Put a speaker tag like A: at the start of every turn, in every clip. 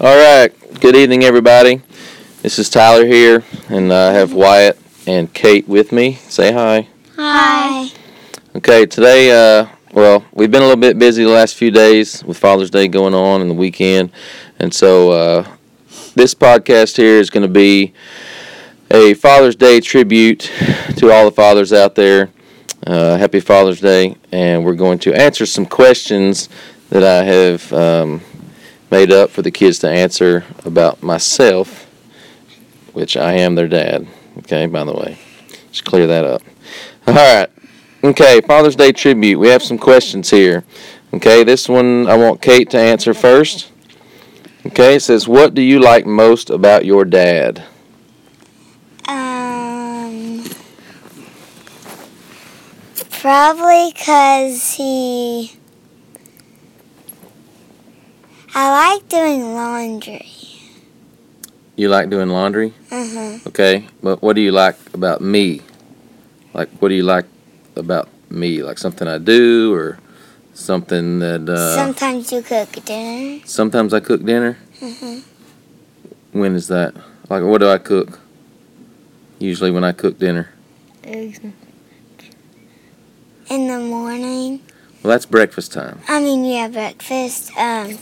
A: All right. Good evening, everybody. This is Tyler here, and I have Wyatt and Kate with me. Say hi.
B: Hi.
A: Okay, today, uh, well, we've been a little bit busy the last few days with Father's Day going on and the weekend, and so uh, this podcast here is going to be a Father's Day tribute to all the fathers out there. Uh, happy Father's Day, and we're going to answer some questions that I have um, made up for the kids to answer about myself, which I am their dad. Okay, by the way, just clear that up. All right. Okay, Father's Day tribute. We have some questions here. Okay, this one I want Kate to answer first. Okay, it says, What do you like most about your dad?
B: Um. Probably because he. I like doing laundry.
A: You like doing laundry?
B: Uh-huh.
A: Okay, but what do you like about me? Like, what do you like about me? Like something I do or something that. Uh,
B: Sometimes you cook dinner.
A: sometimes I cook dinner?
B: Mhm.
A: When is that? Like, what do I cook? Usually when I cook dinner.
B: In the morning.
A: Well, that's breakfast time.
B: I mean, you have breakfast. Um.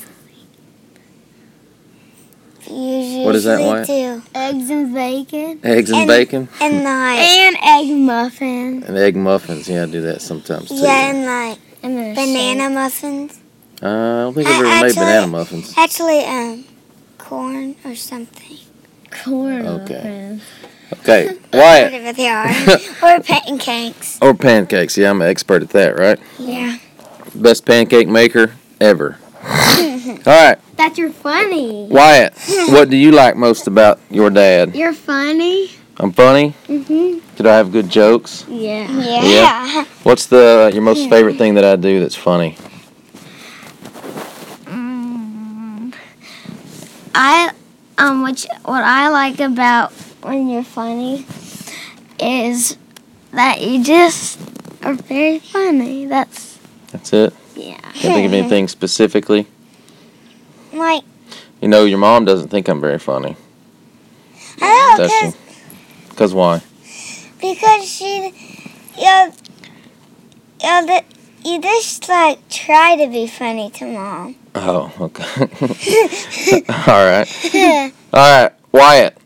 B: You usually
A: What is that, Wyatt?
B: do.
C: Eggs and bacon.
A: Eggs and
B: And-
A: bacon
B: And like.
C: And egg muffins.
A: and egg muffins. Yeah, I do that sometimes too.
B: Yeah, and like
C: And there's
B: banana muffins.
A: Uh, I don't think I've
B: I-
A: ever made
B: actually-
A: banana muffins.
B: Actually, um, corn or something.
C: corn
A: Okay.
C: muffins.
A: Okay, Wyatt.
B: Whatever they are. or pancakes.
A: Or pancakes. Yeah, I'm an expert at that, right?
B: Yeah.
A: Best pancake maker ever. All right,
C: That you're funny.
A: Wyatt. What do you like most about your dad?
C: You're funny.
A: I'm funny.
C: Mhm.
B: Mm-hmm.
A: Did I have good jokes?
C: Yeah.
B: Yeah.
A: What's the uh, your most favorite thing that I do that's funny?
C: Mm. I um, which what I like about when you're funny is that you just are very funny. That's
A: That's it.
C: yeah.
A: Can't think of anything specifically.
B: Like,
A: You know, your mom doesn't think I'm very funny.
B: I don't
A: Does
B: know,
A: she? Cause why?
B: because she, you, you, you just like try to be funny to mom.
A: Oh, okay. All right. All right, Wyatt.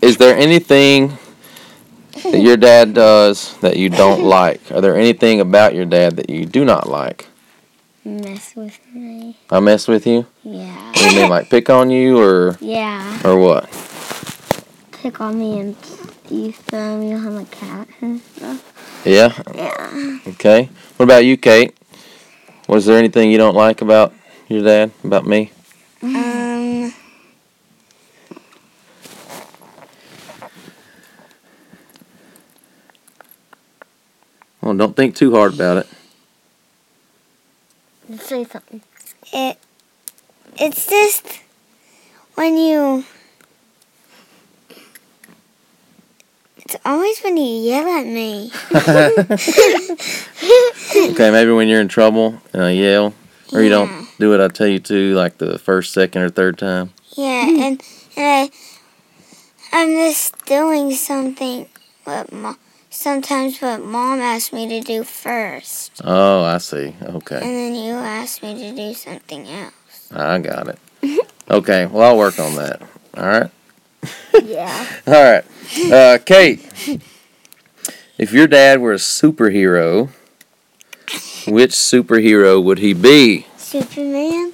A: Is there anything that your dad does that you don't like? Are there anything about your dad that you do not like?
C: Mess with me.
A: I mess with you.
C: Yeah.
A: What do you mean, like pick on you or
C: Yeah.
A: or what?
C: Pick on me and you throw me on the cat and stuff.
A: Yeah.
C: Yeah.
A: Okay. What about you, Kate? Was there anything you don't like about your dad? About me?
B: Um,
A: Well, don't think too hard about it.
C: Say something.
B: it, it's just when you, it's always when you yell at me.
A: Okay, maybe when you're in trouble and I yell, or you don't do what I tell you to, like the first, second, or third time.
B: Yeah, and, and I, I'm just doing something what mo- sometimes what mom asked me to do first,
A: Oh, I see. Okay,
B: and then you asked me to do something else.
A: I got it. Okay, well I'll work on that. All right,
C: Yeah.
A: all right. Uh, Kate, if your dad were a superhero, which superhero would he be?
B: Superman?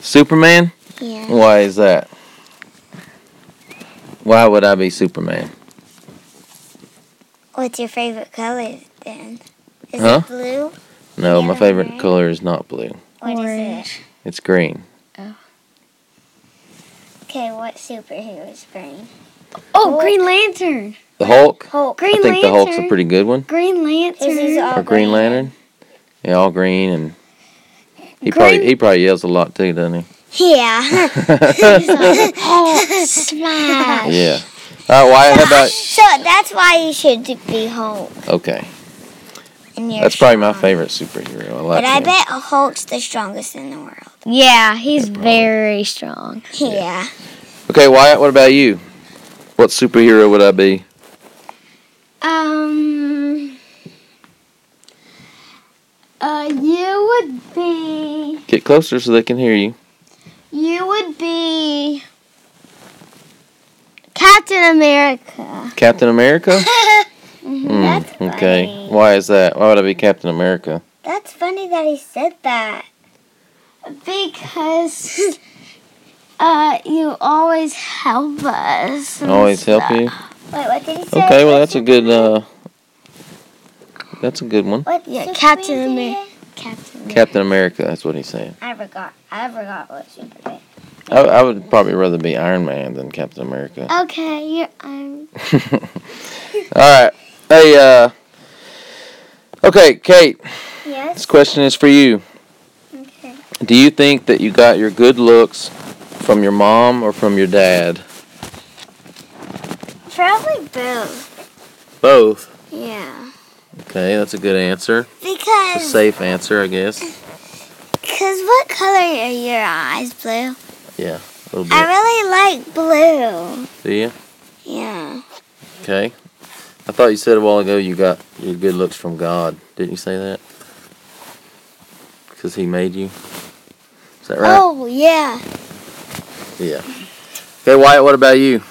A: Superman?
B: Yeah.
A: Why is that? Why would I be Superman?
B: What's your favorite color then? Is
A: Huh?
B: it blue?
A: No, my
B: Yeah,
A: favorite
B: right.
A: color is not blue.
B: What is
C: Orange.
B: it?
A: It's green.
B: Okay, what superhero's brain?
C: Oh, Green Lantern.
A: The Hulk.
B: Hulk.
C: Green
A: I think the
C: Lantern.
A: Hulk's a pretty good one.
C: Green Lantern.
B: Oh, This is all
A: Or Green Lantern. Yeah, all green and he probably
C: Green-
A: he probably yells a lot too, doesn't he?
B: Yeah.
C: oh, smash.
A: Yeah. All right, Wyatt, how about
B: so that's why you should be Hulk.
A: okay?
B: And you're
A: That's probably my
B: strong.
A: favorite superhero. I like
B: But I
A: him.
B: bet Hulk's the strongest in the world.
C: Yeah, he's
A: Yeah, probably.
C: very strong.
B: Yeah.
A: Okay, Wyatt, what about you? What superhero would I be?
C: Um. Uh, you would be.
A: Get closer so they can hear you.
C: You would be. Captain America.
A: Captain America?
C: Mhm.
A: Hmm,
B: Mm-hmm. That's
A: okay.
B: funny.
A: Why is that? Why would I be Captain America?
B: That's funny that he said that.
C: Because uh, you always help us. and
A: Always help
C: stuff.
A: you.
B: Wait, what did he say?
A: Okay, well that's a good. uh That's a good one.
B: What
C: Yeah,
B: superhero
C: Captain
B: did he
C: America.
B: say?
C: Captain America.
A: Captain America. That's what he's saying.
B: I forgot. I forgot what Superman.
A: I, I would probably rather be Iron Man than Captain America.
C: okay, you're um,
A: All right. Hey. uh Okay, Kate. This
B: Yes.
A: question is for you.
B: Okay.
A: Do you think that you got your good looks from your mom or from your dad?
B: Probably both.
A: Both.
B: Yeah.
A: Okay, that's a good answer. It's a
B: Because
A: safe answer, I guess.
B: cause what color are your eyes? Blue.
A: Yeah, a little
B: I
A: bit.
B: really like blue.
A: Do you?
B: Yeah.
A: Okay. I thought you said a while ago you got your good looks from God. Didn't you say that? Because He made you. Is that right?
B: Oh yeah.
A: Yeah. Okay, Wyatt. What about you?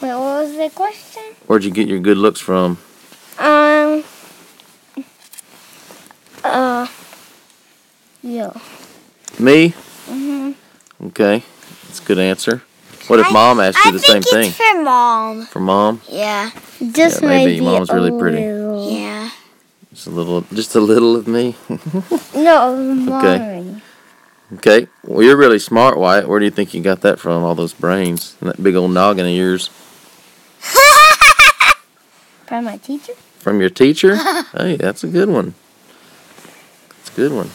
B: Wait, what was the question?
A: Where'd you get your good looks from?
B: Um. Uh. Yeah.
A: Me.
B: Mm-hmm.
A: Okay, that's a good answer. What if
B: I-
A: Mom asked you the same
B: I think
A: thing?
B: it's for mom.
A: For Mom.
B: Yeah.
C: just
A: Yeah, maybe
C: maybe
A: mom's
C: a
A: really pretty.
C: little-
B: Yeah.
A: Just a little, just a little of me.
C: No, mommy.
A: okay. Well, you're really smart, Wyatt. Where do you think you got that from? All those brains and that big old noggin of yours
C: From my teacher.
A: from your teacher? hey, that's a good one. That's a good one.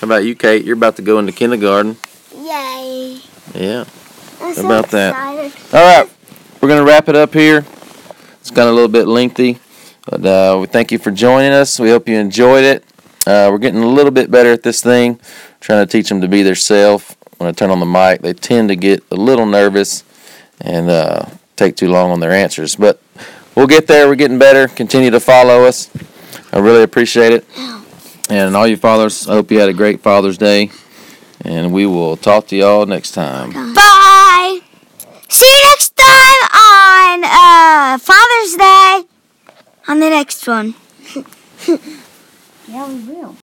A: How about you, Kate? You're about to go into kindergarten.
B: Yay.
A: Yeah.
B: I'm so
A: About that.
B: excited.
A: All right. We're gonna wrap it up here. It's got a little bit lengthy, but uh, we thank you for joining us. We hope you enjoyed it. Uh, we're getting a little bit better at this thing. trying to teach them to be their self. When I turn on the mic, they tend to get a little nervous and uh, take too long on their answers. But we'll get there. We're getting better. Continue to follow us. I really appreciate it. And all you fathers, I hope you had a great Father's Day. And we will talk to y'all next time.
B: Bye. See you next time on uh, Father's Day. On the next one.
C: Yeah, we will.